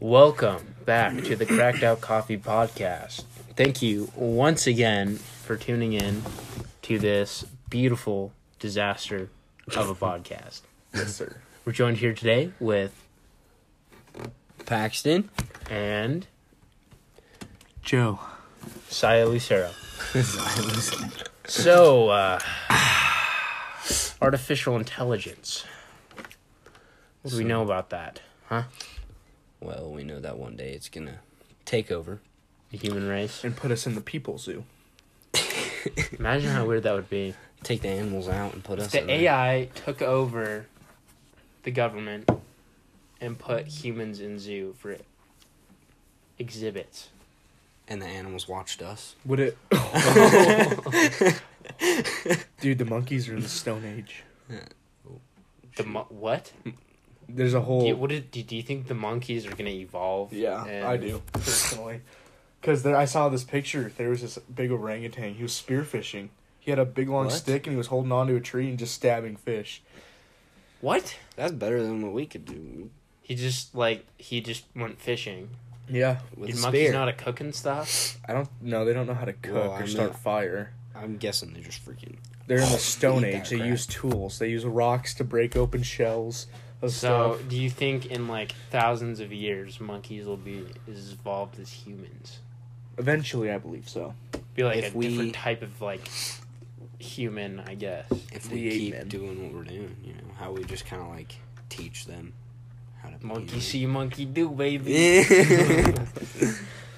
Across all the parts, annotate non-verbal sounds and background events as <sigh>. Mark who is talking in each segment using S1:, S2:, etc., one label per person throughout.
S1: Welcome back to the Cracked Out Coffee Podcast. Thank you once again for tuning in to this beautiful disaster of a podcast.
S2: Yes, sir.
S1: We're joined here today with
S3: Paxton.
S1: and
S3: Joe.
S1: Saya Lucero. So, uh, <sighs> artificial intelligence. What do we know about that? Huh?
S3: Well, we know that one day it's gonna take over.
S1: The human race.
S2: And put us in the people zoo.
S1: Imagine how weird that would be.
S3: Take the animals out and put us
S1: The
S3: in there.
S1: AI took over the government and put humans in zoo for exhibits.
S3: And the animals watched us.
S2: Would it? Dude, the monkeys are in the Stone Age.
S1: The mo- what?
S2: There's a whole.
S1: Do you, what did, do, do you think the monkeys are gonna evolve?
S2: yeah,
S1: and-
S2: I do personally. Because I saw this picture. There was this big orangutan. He was spearfishing. He had a big long
S3: What?
S2: stick and he was holding onto a tree and just stabbing fish.
S1: What?
S3: That's better than what we could do
S1: He just like he just went fishing.
S2: Yeah,
S3: with
S1: Did
S3: a
S1: monkeys
S3: spear.
S1: not a cook and stuff?
S2: I don't know. They don't know how to cook
S3: Well, I
S2: or
S3: mean-
S2: start fire.
S3: I'm guessing they're just freaking.
S2: They're in the Stone
S3: Eat that
S2: Age. They
S3: crap.
S2: use tools. They use rocks to break open shells of
S1: So,
S2: stuff.
S1: do you think in like thousands of years monkeys will be as evolved as humans?
S2: Eventually, I believe so.
S1: Be like
S3: If
S1: a
S3: we-
S1: different type of like human, I guess.
S3: If
S2: We
S3: we
S2: ate
S3: keep
S2: men.
S3: doing what we're doing, you know, how we just kind of like teach them how to. be
S1: Monkey
S3: human.
S1: see, monkey do, baby.
S3: <laughs>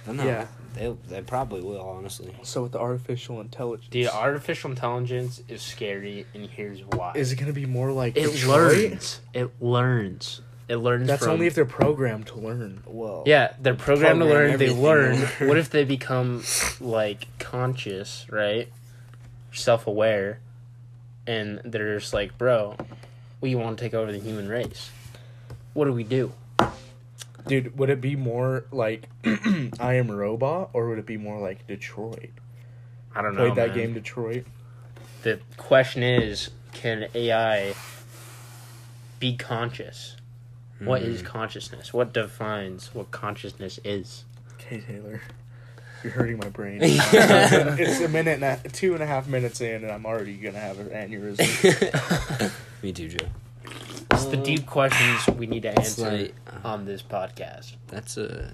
S3: But no,
S2: Yeah.
S3: they they probably will
S1: <laughs>
S3: honestly.
S2: So with the artificial intelligence,
S1: Dude, artificial intelligence is scary, and here's why.
S2: is it going to be more like
S1: it
S2: Detroit?
S1: learns. It learns. It learns.
S2: That's
S1: from-
S2: only if they're programmed to learn.
S3: Well,
S1: Yeah, they're programmed to
S3: Program
S1: learn. They
S3: everything
S1: learn.
S3: to learn.
S1: What if they become like conscious, right? Self aware, and they're just like, bro, we want to take over the human race. What do we do?
S2: Dude, would it be more like <clears throat> I Am Robot, or would it be more like Detroit?
S1: I don't know.
S2: Played that
S1: man.
S2: game Detroit.
S1: The question is, can AI be conscious? What is
S3: Hmm.
S1: consciousness? What defines what consciousness is?
S2: Okay, Taylor, you're hurting my
S1: <laughs>
S2: brain. <laughs> it's a minute, and a, two and a half minutes in, and I'm already gonna have an
S1: <laughs>
S2: aneurysm.
S3: Me too, Joe.
S1: It's the deep questions we need to
S3: It's
S1: answer
S3: like- uh,
S1: on this podcast.
S3: That's a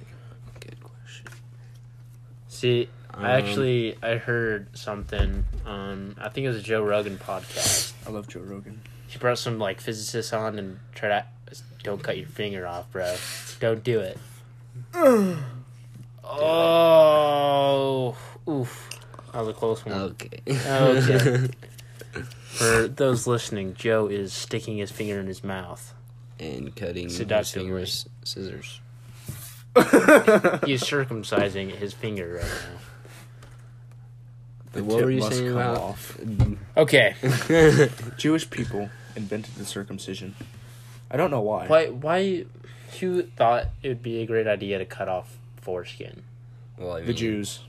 S3: good question.
S1: See, I
S3: Um,
S1: actually I heard something. Um, I think it was a Joe Rogan podcast.
S2: I love Joe Rogan.
S1: He brought some like physicists on and tried to don't cut your finger off, bro. Don't do
S3: <sighs>
S1: it. oh, oof! That was a close one.
S3: Um, Okay.
S1: Oh,
S3: <laughs>
S1: Okay. For those listening, Joe is sticking his finger in his mouth.
S3: and cutting his
S1: Seductively.
S3: finger with
S1: <laughs>
S3: scissors.
S1: He's circumcising his finger right now.
S2: The
S3: what
S2: tip
S3: were you
S2: must
S3: saying
S2: come
S3: about?
S2: off.
S1: Okay.
S2: Jewish people invented the circumcision. I don't know why.
S1: Why? Why? Who thought it would be a great idea to cut off foreskin?
S3: Well, I
S2: The
S3: mean,
S2: Jews.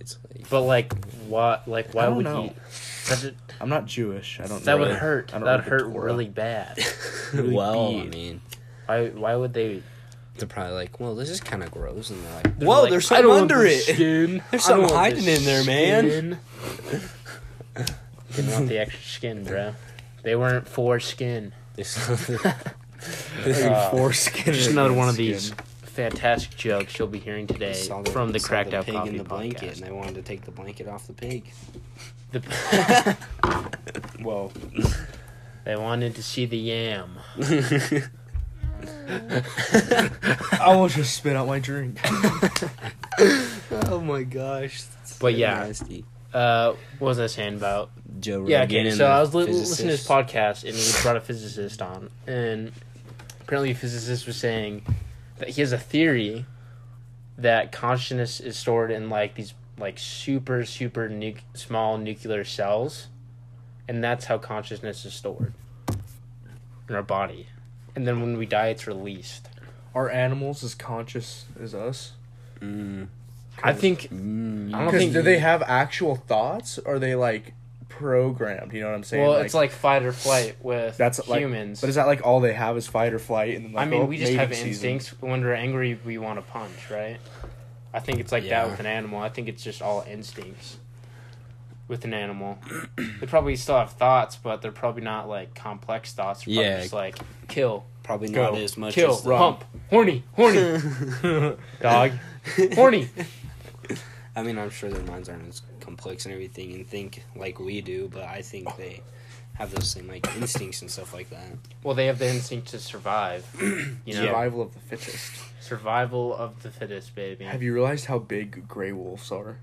S3: It's
S1: <laughs>
S3: like
S1: But like, what? Like, why
S2: don't
S1: would
S2: know.
S1: you? That, d-
S2: I'm not Jewish. I don't.
S1: that
S2: read-
S1: would hurt.
S2: I
S1: That
S2: don't
S1: would
S2: read the
S1: hurt
S2: Torah.
S1: really bad.
S2: really
S3: well, I
S2: big.
S3: mean,
S1: Why? Why would they?
S3: they're probably like, well, this is kind of gross, and they're like,
S1: they're
S3: whoa,
S1: like,
S3: there's
S1: "I
S3: something
S1: don't want
S3: under
S1: this
S3: <laughs> it.
S1: Skin. I
S3: There's
S1: don't
S3: something
S1: want
S3: hiding
S1: this
S3: in there, man."
S1: skin." Didn't want the extra skin, bro. They weren't for skin.
S2: Dude,
S1: Uh,
S2: foreskin.
S1: Just
S2: is
S1: another
S2: against
S1: one of
S2: skin.
S1: these fantastic jokes you'll be hearing today
S3: Saw the-
S1: from the
S3: saw
S1: Cracked Out
S3: pig
S1: Coffee
S3: in the blanket,
S1: podcast.
S3: and they wanted to take the blanket off the pig.
S1: The-
S2: Well,
S1: <laughs> they wanted to see the yam.
S2: <laughs> I almost just spit out my <laughs> drink.
S3: oh my gosh!
S1: But yeah. Uh, what was I saying about
S3: Joe.
S1: Yeah,
S3: Rogan
S1: okay.
S3: and
S1: So
S3: the
S1: I was li-
S3: physicist.
S1: listening to this podcast, and he brought a physicist on, and apparently, a physicist was saying that he has a theory that consciousness is stored in like these like super super nu- small nuclear cells, and that's how consciousness is stored in our body, and then when we die, it's released.
S2: Are animals as conscious as us?
S3: Mm,
S1: I think
S3: mm,
S1: I don't
S2: Because
S1: think
S2: do they have actual thoughts? Or are they like programmed. You know what I'm saying?
S1: Well, it's like fight or flight with
S2: that's like,
S1: humans.
S2: But is that like all they have is fight or flight? And then
S1: I
S2: like,
S1: mean,
S2: oh,
S1: we just
S2: mating
S1: have
S2: season.
S1: instincts. When we're angry, we want to punch, right? I think it's like
S3: Yeah.
S1: that with an animal. I think it's just all instincts with an animal. they probably still have thoughts, but they're probably not like complex thoughts. They're probably
S3: Yeah.
S1: just like kill,
S3: Probably
S1: go,
S3: not as much
S1: kill,
S3: as the-
S1: hump, horny, horny,
S3: <laughs>
S1: dog, horny.
S3: I mean, I'm sure their minds aren't as complex and everything and think like we do, but I think they have those same like instincts and stuff like that.
S1: Well, they have the instinct to survive. You know,
S2: Survival of the fittest.
S1: survival of the fittest, baby.
S2: Have you realized how big gray wolves are?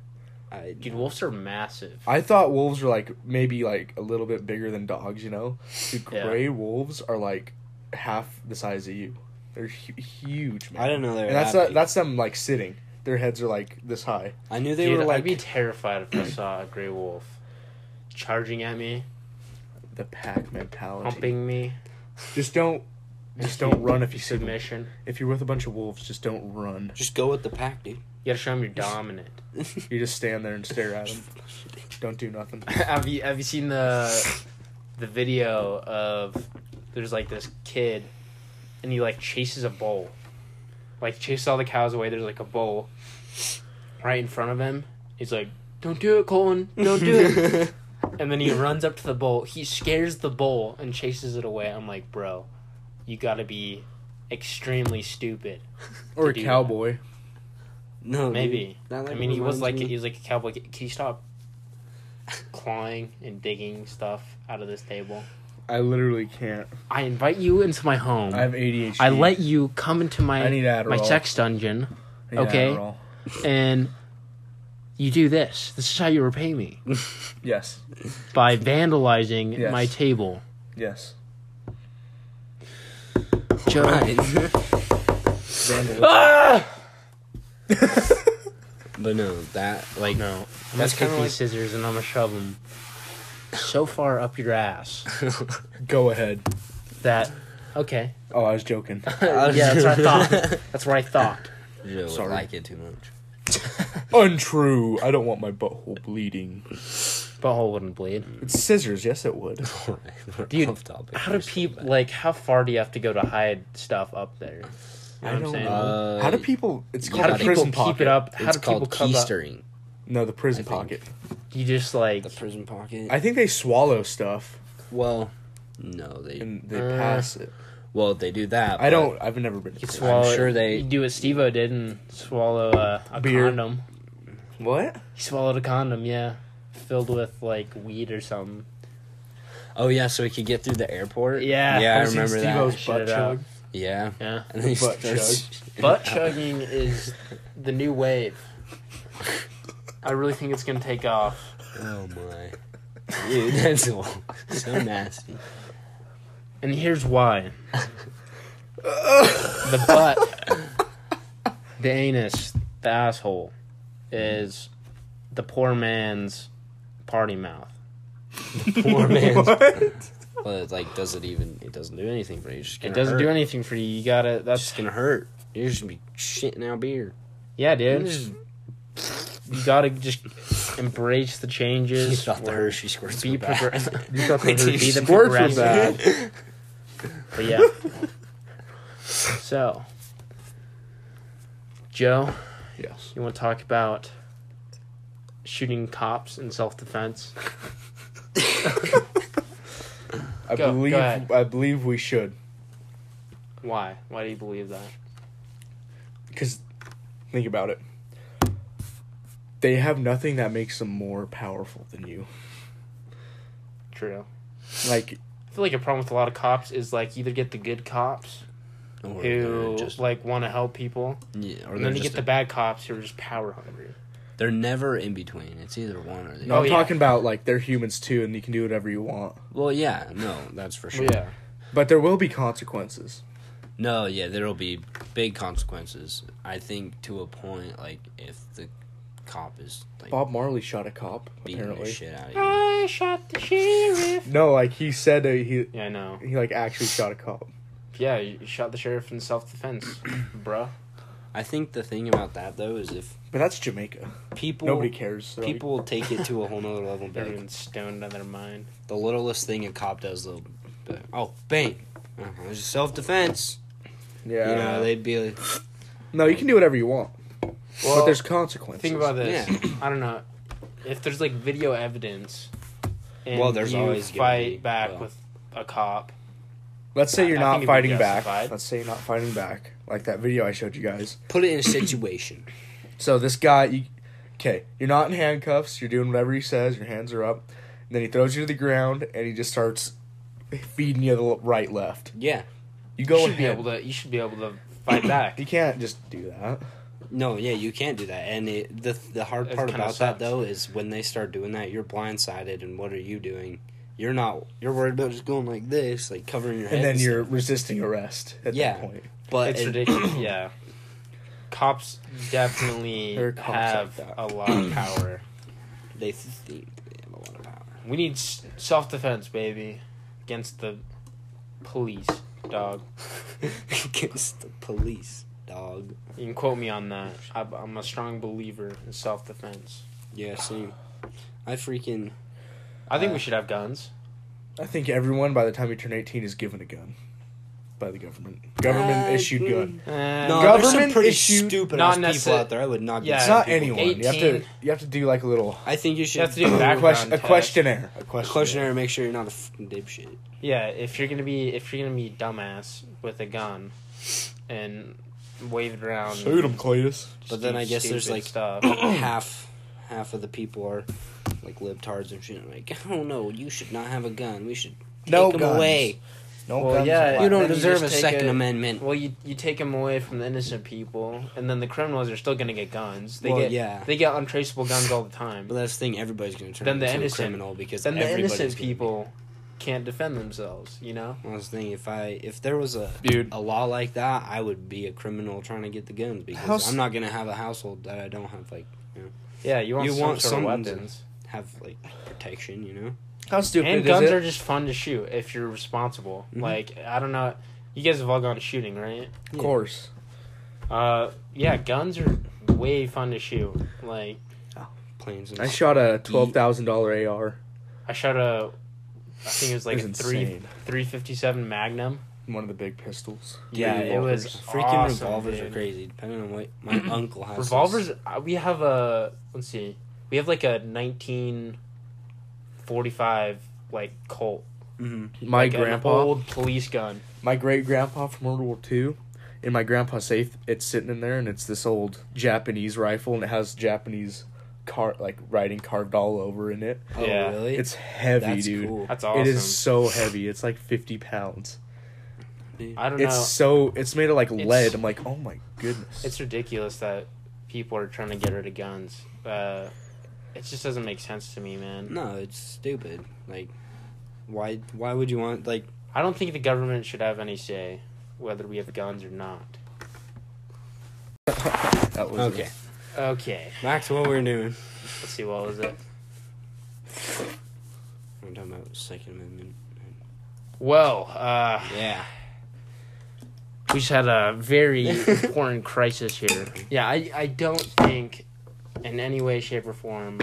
S3: I,
S1: Dude, wolves are massive.
S2: I thought wolves were like maybe like a little bit bigger than dogs, you know? Dude,
S1: Yeah.
S2: gray wolves are like half the size of you. They're hu- huge, man.
S3: I didn't know they were
S2: And that's
S3: that
S2: not-
S3: big.
S2: that's them like sitting. Their heads are like this high.
S3: I knew they
S1: Dude,
S3: were
S1: I'd
S3: like
S1: be terrified if I saw a gray wolf charging at me,
S2: The pack mentality.
S1: humping me,
S2: Just don't, just don't run if you see them.
S1: submission.
S2: If you're with a bunch of wolves, just don't run.
S3: just go with the
S2: <laughs>
S3: pack, dude.
S1: You gotta show <laughs> him you're dominant.
S2: You just stand there and stare at them. Don't do nothing.
S1: have you have you seen the the video of there's like this kid and he like chases a bull, like chases all the cows away. There's like a bull right in front of him. He's like, "Don't do it, Colin! Don't do it!"
S2: <laughs>
S1: And then he runs up to the bull. He scares the bull and chases it away. I'm like, bro, you gotta be extremely stupid.
S2: Or a
S1: do that.
S2: cowboy.
S3: <laughs> no, dude.
S1: Maybe.
S3: That, like,
S1: I mean, he was
S3: reminds
S1: like
S3: me-
S1: he was like a cowboy. Can you stop clawing and digging stuff out of this table?
S2: I literally can't.
S1: I invite you into my home.
S2: I
S1: i
S2: have ADHD.
S1: let you come into my
S2: I need Adderall.
S1: my sex dungeon,
S2: I need
S1: okay.
S2: Adderall.
S1: and you do this. This is how you repay me
S2: Yes.
S1: by vandalizing
S2: Yes.
S1: my table,
S2: Yes.
S1: Joe.
S3: <laughs>
S2: <laughs>
S1: Ah!
S3: but no, that like <laughs>
S1: No, I'm
S3: That's
S1: gonna take
S3: kinda like-
S1: these scissors and I'm gonna shove them so far up your ass
S2: Go ahead.
S1: that. Okay.
S2: Oh, I
S1: <laughs>
S2: was joking.
S1: yeah, that's what I thought. That's what I thought.
S3: Joe would
S2: Sorry.
S3: like it too much. <laughs>
S2: Untrue. I don't want my butthole bleeding.
S1: Butthole wouldn't bleed.
S2: It's scissors. Yes, it would.
S3: Alright, we're
S1: Dude,
S3: off topic.
S1: How do
S3: We're so
S1: people
S3: bad.
S1: like? How far do you have to go to hide stuff up there? You know what I'm saying?
S3: know.
S2: How do people? It's
S3: you
S2: called
S1: How
S2: the
S1: do people
S2: prison
S1: keep
S2: pocket.
S1: it up? How
S3: It's
S1: do people
S3: called
S1: keep up?
S3: keystering.
S2: No, the prison
S3: think.
S2: pocket.
S1: You just like
S3: The prison pocket.
S2: I think they swallow stuff
S3: well, no, they.
S2: and they
S1: Uh,
S2: pass it.
S3: Well, they do that.
S2: I
S3: but-
S2: don't. I've never been. to
S1: you
S2: prison.
S1: swallow.
S3: sure
S1: it.
S3: they-
S1: You do what Stevo did and swallow a, a
S2: Beer.
S1: condom.
S2: What?
S1: He swallowed a condom. Yeah, filled with like weed or something.
S3: Oh yeah, so we could get through the airport.
S1: Yeah.
S3: yeah, I
S2: Have you seen
S3: remember that.
S2: Steve-O's
S1: Shit
S2: butt
S1: it out. <laughs>
S2: chug?
S3: Yeah,
S1: Yeah.
S3: and then he
S2: Butt
S3: starts-
S1: Butt chugging is the new wave. I really think it's gonna take off.
S3: Oh my, dude, that's all-
S1: <laughs>
S3: so nasty.
S1: And here's <laughs> why. the butt, the anus, the asshole is the poor man's party mouth.
S3: Poor man.
S2: What?
S3: Well, it, like, does it even? It doesn't do anything for you. It's just
S1: It
S3: gonna
S1: doesn't
S3: hurt.
S1: do anything for you. You gotta
S3: It's
S1: that's
S3: just gonna hurt. You're just gonna be shitting out beer.
S1: yeah,
S3: You
S1: dude.
S3: just-
S1: You gotta just embrace the
S3: you
S1: changes.
S3: thought the
S1: We're-
S3: Hershey squirts
S1: be
S3: were bad.
S1: <laughs> progressive.
S2: You
S3: <laughs>
S2: thought they
S3: Wait,
S2: were-
S3: dude,
S1: be the
S2: squirts were
S1: progressive. <laughs>
S2: bad.
S1: But <laughs> yeah. so, Joe,
S2: Yes.
S1: you want to talk about shooting cops in self defense?
S2: I
S1: Go- go
S2: believe.
S1: ahead.
S2: I believe we should
S1: Why? Why do you believe that?
S2: because think about it. They have nothing that makes them more powerful than you.
S1: True.
S2: Like
S1: I feel like a problem with a lot of cops is like you either get the good cops
S3: Or
S1: who
S3: they're just-
S1: like want to help people,
S3: yeah, or
S1: and
S3: they're
S1: then you get
S3: just-
S1: the bad cops who are just power hungry.
S3: They're never in between. It's either one or the
S2: no,
S1: Oh,
S2: I'm
S1: yeah.
S2: talking about like they're humans too, and you can do whatever you want.
S3: Well, yeah, no, that's for sure.
S1: Yeah.
S2: But there will be consequences.
S3: No, yeah, there'll be big consequences. I think to a point, like if the cop is like
S2: Bob Marley shot a cop.
S3: beating the
S2: Apparently,
S3: shit out of you,
S1: I shot the sheriff.
S2: no. Like he said, uh, he
S1: Yeah, I know.
S2: he like actually shot a cop.
S1: Yeah, you you shot the sheriff in self defense, <clears throat> bruh.
S3: I think the thing about that though is if
S2: But that's Jamaica.
S3: people
S2: Nobody cares. They're like-
S3: people take it to a whole nother
S2: <laughs>
S3: level.
S1: They're
S3: But
S1: even stoned out of their mind.
S3: the littlest thing a cop does, they'll be like, oh bang, Uh, it was self defense.
S2: yeah.
S3: You know, they'd be like,
S2: no, you can do whatever you want,
S1: Well,
S2: but there's consequences.
S1: Think about this.
S3: Yeah.
S1: I don't know if there's like video evidence. And
S3: Well, there's
S1: you
S3: always gonna
S1: fight
S3: be,
S1: back
S3: well.
S1: with a cop.
S2: Let's say you're
S1: I
S2: not
S1: think it'd be
S2: fighting back.
S1: justified.
S2: Let's say you're not fighting back, like that video I showed you guys.
S3: put it in a situation.
S2: So this guy, you, okay, you're not in handcuffs. You're doing whatever he says. Your hands are up. And then he throws you to the ground, and he just starts feeding you the l- right left.
S3: Yeah.
S2: You
S1: You
S2: go
S1: should
S2: and
S1: be able to. You should be able to fight back.
S2: <clears throat> You can't just do that.
S3: No, yeah, you can't do that. And it, the the hard
S1: It
S3: part
S1: kinda
S3: about
S1: sucks.
S3: that though is when they start doing that, you're blindsided, and what are you doing? You're not. You're worried about just going like this, like covering your head.
S2: And then
S3: stuff.
S2: you're resisting arrest at
S3: Yeah.
S2: that point.
S3: But
S1: It's
S3: and-
S1: ridiculous. yeah, cops definitely
S2: There are cops
S1: have
S2: like that.
S1: a lot of power.
S3: They think they have a lot of power.
S1: We need s- self defense, baby, against the police, dog.
S3: <laughs> Against the police, dog.
S1: You can quote me on that. I, I'm a strong believer in self defense.
S3: Yeah, same. I freaking
S1: I think
S3: Uh,
S1: we should have guns.
S2: I think everyone by the time you turn 18 is given a gun by the government. Government issued
S3: Uh,
S2: gun.
S1: Eh,
S3: No,
S2: Government
S3: there's some pretty
S2: issued-
S3: stupid
S1: Not
S3: ass people
S1: necessar-
S3: out there. I would not.
S1: Yeah.
S3: Yeah,
S2: It's not anyone. You have to
S1: 18.
S2: you have to do like a little
S3: I think you should
S1: You have to
S3: <clears throat>
S1: do background
S2: question, a
S1: test.
S2: questionnaire. A
S3: a
S2: questionnaire.
S3: questionnaire. and Make sure you're not a fucking dipshit.
S1: Yeah, if you're gonna be if you're gonna be dumbass with a gun and wave it around,
S2: Shoot 'em, Cletus.
S1: just
S3: But then
S1: do
S3: I guess there's,
S1: stupid
S3: like-
S1: stuff.
S3: <clears throat> half half of the people are like libtards and shit. Like, <laughs> I don't know. You should not have a gun. We should take
S2: No
S3: them
S2: guns.
S3: away.
S2: No
S1: Well,
S2: guns
S1: yeah,
S2: allowed.
S3: You
S1: then
S3: don't
S1: you
S3: deserve a
S1: just take
S3: Second
S1: it-
S3: Amendment.
S1: Well, you you take them away from the innocent people, and then the criminals are still gonna get guns. They
S3: Well,
S1: get
S3: yeah.
S1: they get untraceable guns all the time.
S3: But that's the thing. Everybody's gonna turn
S1: Then the
S3: into a
S1: innocent-
S3: criminal because
S1: then the
S3: everybody's
S1: innocent
S3: gonna be-
S1: people can't defend themselves. You know,
S3: Well, that's the thing. If I if there was a
S1: dude.
S3: a law like that, I would be a criminal trying to get the guns because
S2: How's-
S3: I'm not gonna have a household that I don't have like
S1: Yeah, you want
S3: You
S1: some
S3: want
S1: sort of
S3: some-
S1: weapons,
S3: have like protection, you know.
S2: How stupid
S1: and
S2: is
S1: guns
S2: it?
S1: are just fun to shoot if you're responsible.
S3: Mhm.
S1: Like I don't know, you guys have all gone shooting, right?
S2: Of course.
S1: Uh, yeah, guns are way fun to shoot. Like
S3: Planes. And
S2: I shot a twelve thousand dollar AR.
S1: I shot a, I think it was like
S2: It
S1: a
S2: was
S1: three
S2: insane.
S1: three fifty seven Magnum.
S2: One of the big pistols.
S3: Yeah,
S1: it was
S3: freaking
S1: awesome,
S3: revolvers are
S1: dude.
S3: crazy. Depending on what
S1: <clears throat>
S3: my uncle has. this-
S1: Revolvers. uh, We have a let's see, we have like a nineteen forty five like Colt.
S3: Mhm.
S2: My
S1: like an
S2: grandpa,
S1: old police gun.
S2: my great grandpa from World War II, in my grandpa's safe, it's sitting in there, and it's this old Japanese rifle, and it has Japanese car like writing carved all over in it.
S3: Oh,
S1: Yeah.
S3: really?
S2: It's heavy,
S3: that's
S2: dude.
S3: cool.
S1: That's awesome.
S2: It is so heavy. It's like fifty pounds.
S1: I don't
S2: It's
S1: know.
S2: so it's made of like
S1: It's-
S2: lead. I'm like, oh my goodness.
S1: It's ridiculous that people are trying to get rid of guns. Uh, it just doesn't make sense to me, man.
S3: No, it's stupid. Like, why? Why would you want like?
S1: I don't think the government should have any say whether we have guns or not.
S2: that was
S3: Okay,
S1: Okay,
S3: back to what we were doing.
S1: let's see what was it.
S3: We're talking about Second Amendment.
S1: Well, uh,
S3: Yeah,
S1: we just had a <laughs> very important crisis here. Yeah, I, I don't think in any way, shape, or form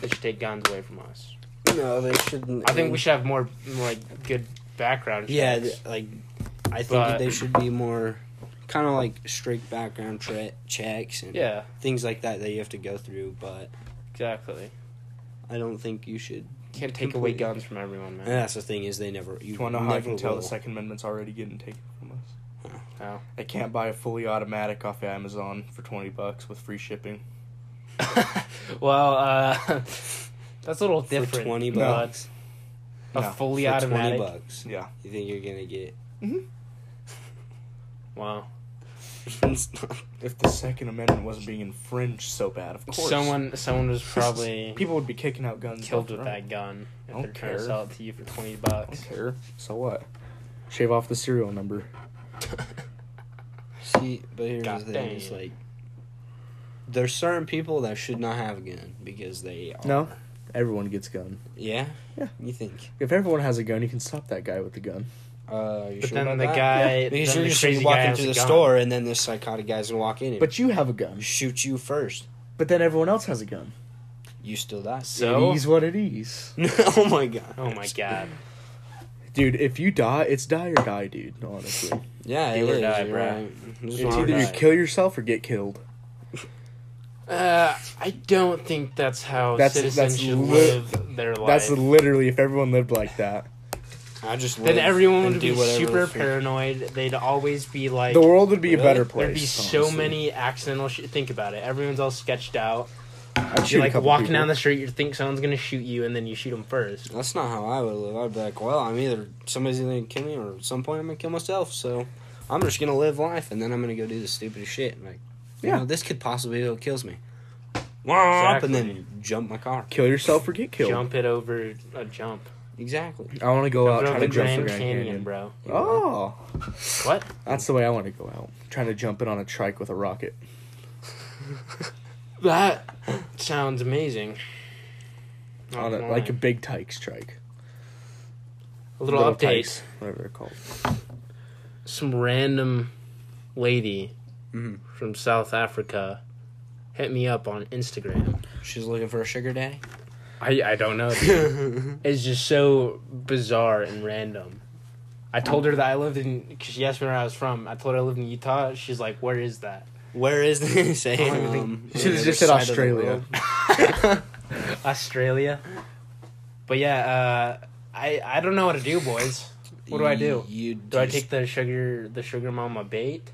S1: they should take guns away from us.
S3: no, they shouldn't.
S1: I think we should have more like good background.
S3: Yeah,
S1: checks.
S3: th- like, I think
S1: But-
S3: they should be more, kind of like strict background tra- checks and
S1: yeah,
S3: things like that that you have to go through. But
S1: exactly.
S3: I don't think you should.
S1: Can't take away
S3: Completely.
S1: guns from everyone,
S3: And
S1: man.
S3: that's the thing is they never. You
S2: Do you want to know how I
S3: never
S2: can tell
S3: will. Oh.
S2: the Second Amendment's already getting taken from us?
S1: How?
S2: I can't buy a fully automatic off of Amazon for twenty bucks with free shipping.
S1: <laughs> well, uh, <laughs> that's a little
S3: for
S1: different.
S3: twenty
S2: No.
S3: bucks.
S1: A
S2: No,
S1: fully
S3: for
S1: automatic.
S3: Twenty bucks.
S2: Yeah,
S3: You think you're gonna get?
S1: Wow.
S3: it's not-
S2: <laughs> if the Second Amendment wasn't being infringed so bad, of course,
S1: Someone, someone <laughs> was probably
S2: <laughs> people would be kicking out guns.
S1: killed
S2: left and
S1: with
S2: right.
S1: that gun if
S2: Don't
S1: they're trying to
S2: care.
S1: sell it to you for twenty
S2: I
S1: bucks.
S2: don't care. So what? Shave off the serial number.
S3: See, but here's
S1: God
S3: the thing: it's
S1: damn.
S3: like there's certain people that should not have a gun because they are.
S2: No. Everyone gets gun.
S3: Yeah.
S2: Yeah.
S3: You think?
S2: If everyone has a gun, you can stop that guy with the gun.
S3: Uh, you
S1: But
S3: sure
S1: then
S3: about
S1: the
S3: that?
S1: guy, then
S3: Because you're
S1: the
S3: just
S1: crazy guy
S3: walking
S1: has
S3: through
S1: a
S3: the
S1: gun.
S3: store, and then this psychotic guy's gonna walk in and
S2: But you have a gun.
S3: shoot you first.
S2: But then everyone else has a gun.
S3: You still die. <laughs>
S1: So,
S2: it is what it is,
S3: oh my god.
S1: oh my god,
S2: dude. If you die, it's die or die, dude. Honestly,
S3: Yeah,
S1: Do
S3: it
S1: or
S3: is,
S1: die,
S3: you're
S1: bruh.
S3: right. Just
S2: it's
S1: or
S3: wanna
S2: either you
S1: die.
S2: kill yourself or get killed.
S1: uh, I don't think that's how
S2: That's-
S1: citizens
S2: that's
S1: should
S2: li-
S1: live their life.
S2: That's literally if everyone lived like that,
S3: I just
S1: then
S3: live
S1: everyone
S3: and
S1: would
S3: do
S1: be
S3: whatever
S1: super
S3: the fuck-
S1: paranoid. They'd always be like,
S2: the world would be a
S3: Really?
S2: better place.
S1: there'd be so
S2: honestly.
S1: many accidental. Sh- think about it. Everyone's all sketched out.
S2: I'd shoot
S1: You're
S2: a
S1: like
S2: couple
S1: walking
S2: people.
S1: down the street. You think someone's gonna shoot you, and then you shoot them first.
S3: That's not how I would live. I'd be like, well, I'm either somebody's either gonna kill me, or at some point I'm gonna kill myself. So I'm just gonna live life, and then I'm gonna go do the stupidest shit. and Like, you
S2: Yeah.
S3: know, this could possibly be what kills me. Womp, And
S1: Exactly.
S3: then jump my car.
S2: kill yourself or get killed.
S1: Jump it over a jump.
S3: Exactly.
S2: I want to go out
S1: Over
S2: trying
S1: the
S2: to jump
S1: Grand
S2: the Grand
S1: Canyon,
S2: Canyon,
S1: bro.
S2: Oh,
S1: What?
S2: that's the way I want to go out. Trying to jump it on a trike with a rocket.
S1: That sounds amazing. Not
S2: on
S1: gonna
S2: a, like a
S1: lie.
S2: big tyke strike.
S1: a little, update.
S2: tykes, whatever they're called.
S1: Some random lady
S3: Mhm.
S1: from South Africa hit me up on Instagram.
S3: She's looking for a sugar daddy. <laughs>
S1: I I don't know. dude. it's just so bizarre and random. I told her that I lived in because she asked me where I was from. I told her I lived in Utah. She's like, "Where is that?"
S3: Where is this? <laughs> um,
S1: don't even think-
S2: She should've just said <laughs> Australia. Oh
S1: Australia. But yeah, uh, I I don't know what to do, boys. What do I do?
S3: You
S1: Do I
S3: just-
S1: take the sugar the sugar mama bait?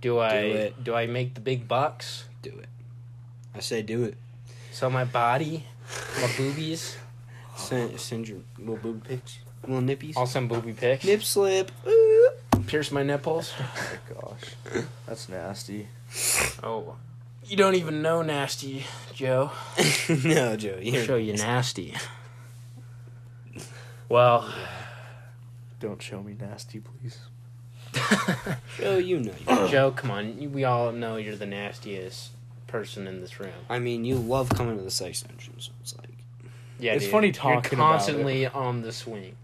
S1: Do I do,
S3: it.
S1: I make the big bucks?
S3: do it? I say do it.
S1: Sell my body, my boobies.
S3: Send, send your little boob pics, little nippies,
S1: I'll send booby pics. <laughs>
S3: nip slip. <laughs> Ooh.
S1: Pierce my nipples.
S2: Oh gosh, that's nasty.
S1: <laughs> Oh, you don't even know nasty Joe.
S3: no, Joe.
S1: I'll
S3: You're
S1: show you nasty. Well, <clears throat>
S2: Don't show me nasty, please.
S3: Joe, you know.
S1: <clears throat>
S3: You.
S1: Joe, come on. You- We all know you're the nastiest person in this room.
S3: I mean, you love coming to the sex dungeon, so it's like
S1: Yeah,
S2: It's funny
S1: You're
S2: talking about it.
S1: constantly on the swing.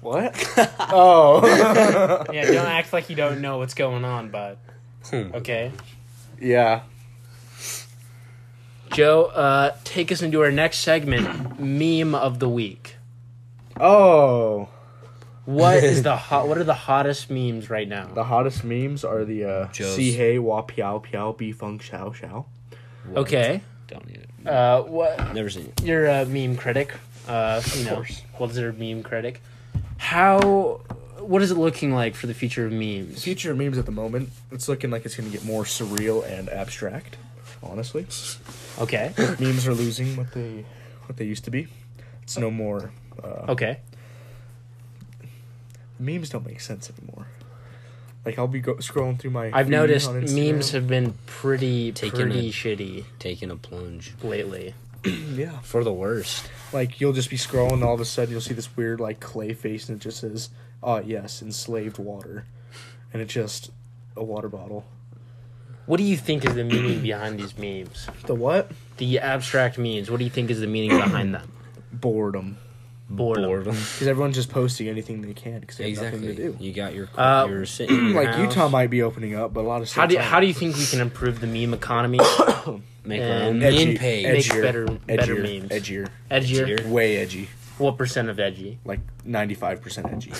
S2: What? oh.
S1: <laughs> Yeah, don't act like you don't know what's going on, bud. Okay.
S2: yeah.
S1: Joe, uh, take us into our next segment, meme of the week.
S2: Oh.
S1: What is <laughs> the hot? What are the hottest memes right now?
S2: The hottest memes are the uh,
S3: Joe's.
S2: si hei wa piao piao bi feng xiao xiao.
S1: Okay,
S3: Don't need it.
S1: uh, what?
S3: Never seen it.
S1: You're a meme critic. Uh, you know,
S2: course.
S1: well deserved meme critic. How? What is it looking like for the future of memes?
S2: Future memes at the moment, it's looking like it's going to get more surreal and abstract. Honestly,
S1: Okay,
S2: memes are losing what they what they used to be. It's no more. Uh,
S1: okay.
S2: memes don't make sense anymore. Like I'll be go- scrolling through my.
S1: I've
S2: feed
S1: noticed
S2: on Instagram.
S1: memes have been pretty
S3: Taking
S1: pretty
S3: it.
S1: shitty
S3: Taking a plunge
S1: lately.
S2: Yeah,
S3: for the worst.
S2: like you'll just be scrolling, and all of a sudden you'll see this weird like clay face, and it just says, "Oh yes, enslaved water," and it's just a water bottle.
S1: What do you think is the meaning behind these memes?
S2: The what?
S1: The abstract memes. What do you think is the meaning behind them?
S2: Boredom.
S1: Boredom.
S2: Because everyone's just posting anything they can because they have
S3: exactly.
S2: nothing to do.
S3: You got your.
S1: Uh,
S3: you're sitting in your
S2: Like
S3: house,
S2: Utah might be opening up, but a lot of states
S1: How do you,
S2: aren't.
S1: how do you think we can improve the meme economy? <coughs>
S3: make our own
S1: and-
S3: mean
S2: Edgy-
S3: page. <laughs>
S1: Make
S2: edgier,
S1: better- better
S2: edgier,
S1: memes.
S2: edgier,
S1: Edgier.
S3: Edgier.
S2: way edgy,
S1: What percent of edgy?
S2: like ninety five percent edgy.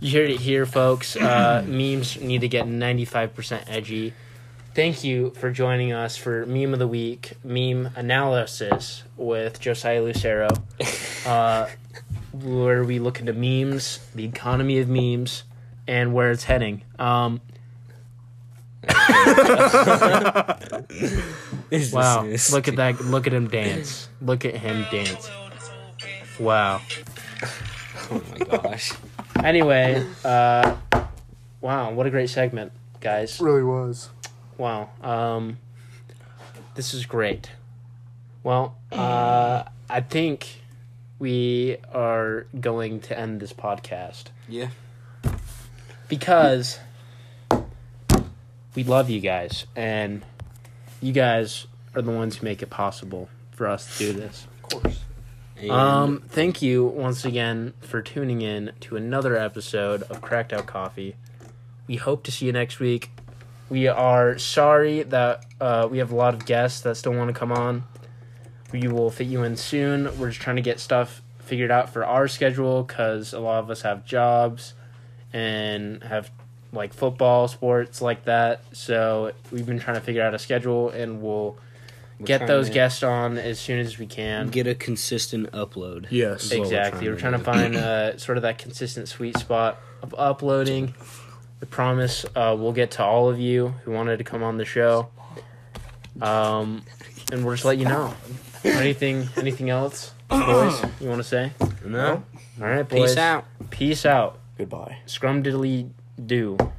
S1: You heard it here, folks. Uh, memes need to get ninety five percent edgy. Thank you for joining us for meme of the week, meme analysis with Josiah Lucero. Uh, where we look into memes, the economy of memes, and where it's heading. Um, wow! Look at that! Look at him dance! Look at him dance! Wow.
S3: <laughs> Oh my gosh.
S1: Anyway, uh, wow, what a great segment, guys.
S2: really was.
S1: Wow, um, this is great. Well, uh, I think we are going to end this podcast
S3: yeah.
S1: because we love you guys, and you guys are the ones who make it possible for us to do this.
S2: Of course.
S3: And
S1: Um, thank you once again for tuning in to another episode of Cracked Out Coffee. We hope to see you next week. We are sorry that uh, we have a lot of guests that still want to come on. We will fit you in soon. We're just trying to get stuff figured out for our schedule because a lot of us have jobs and have like football, sports like that. So we've been trying to figure out a schedule and we'll
S3: we're
S1: get
S3: trying
S1: those
S3: to
S1: guests on as soon as we can.
S3: Get a consistent upload.
S2: Yes.
S3: Ex- what we're
S1: Exactly.
S3: trying
S1: We're
S3: to
S1: trying to
S3: do. <clears throat>
S1: find uh, sort of that consistent sweet spot of uploading. The promise uh, we'll get to all of you who wanted to come on the show, um, and we'll just let you know. Anything, anything else, boys? You want to say? All
S3: No.
S1: right, boys.
S3: Peace out.
S1: Peace out.
S2: Goodbye.
S1: Scrum diddly do.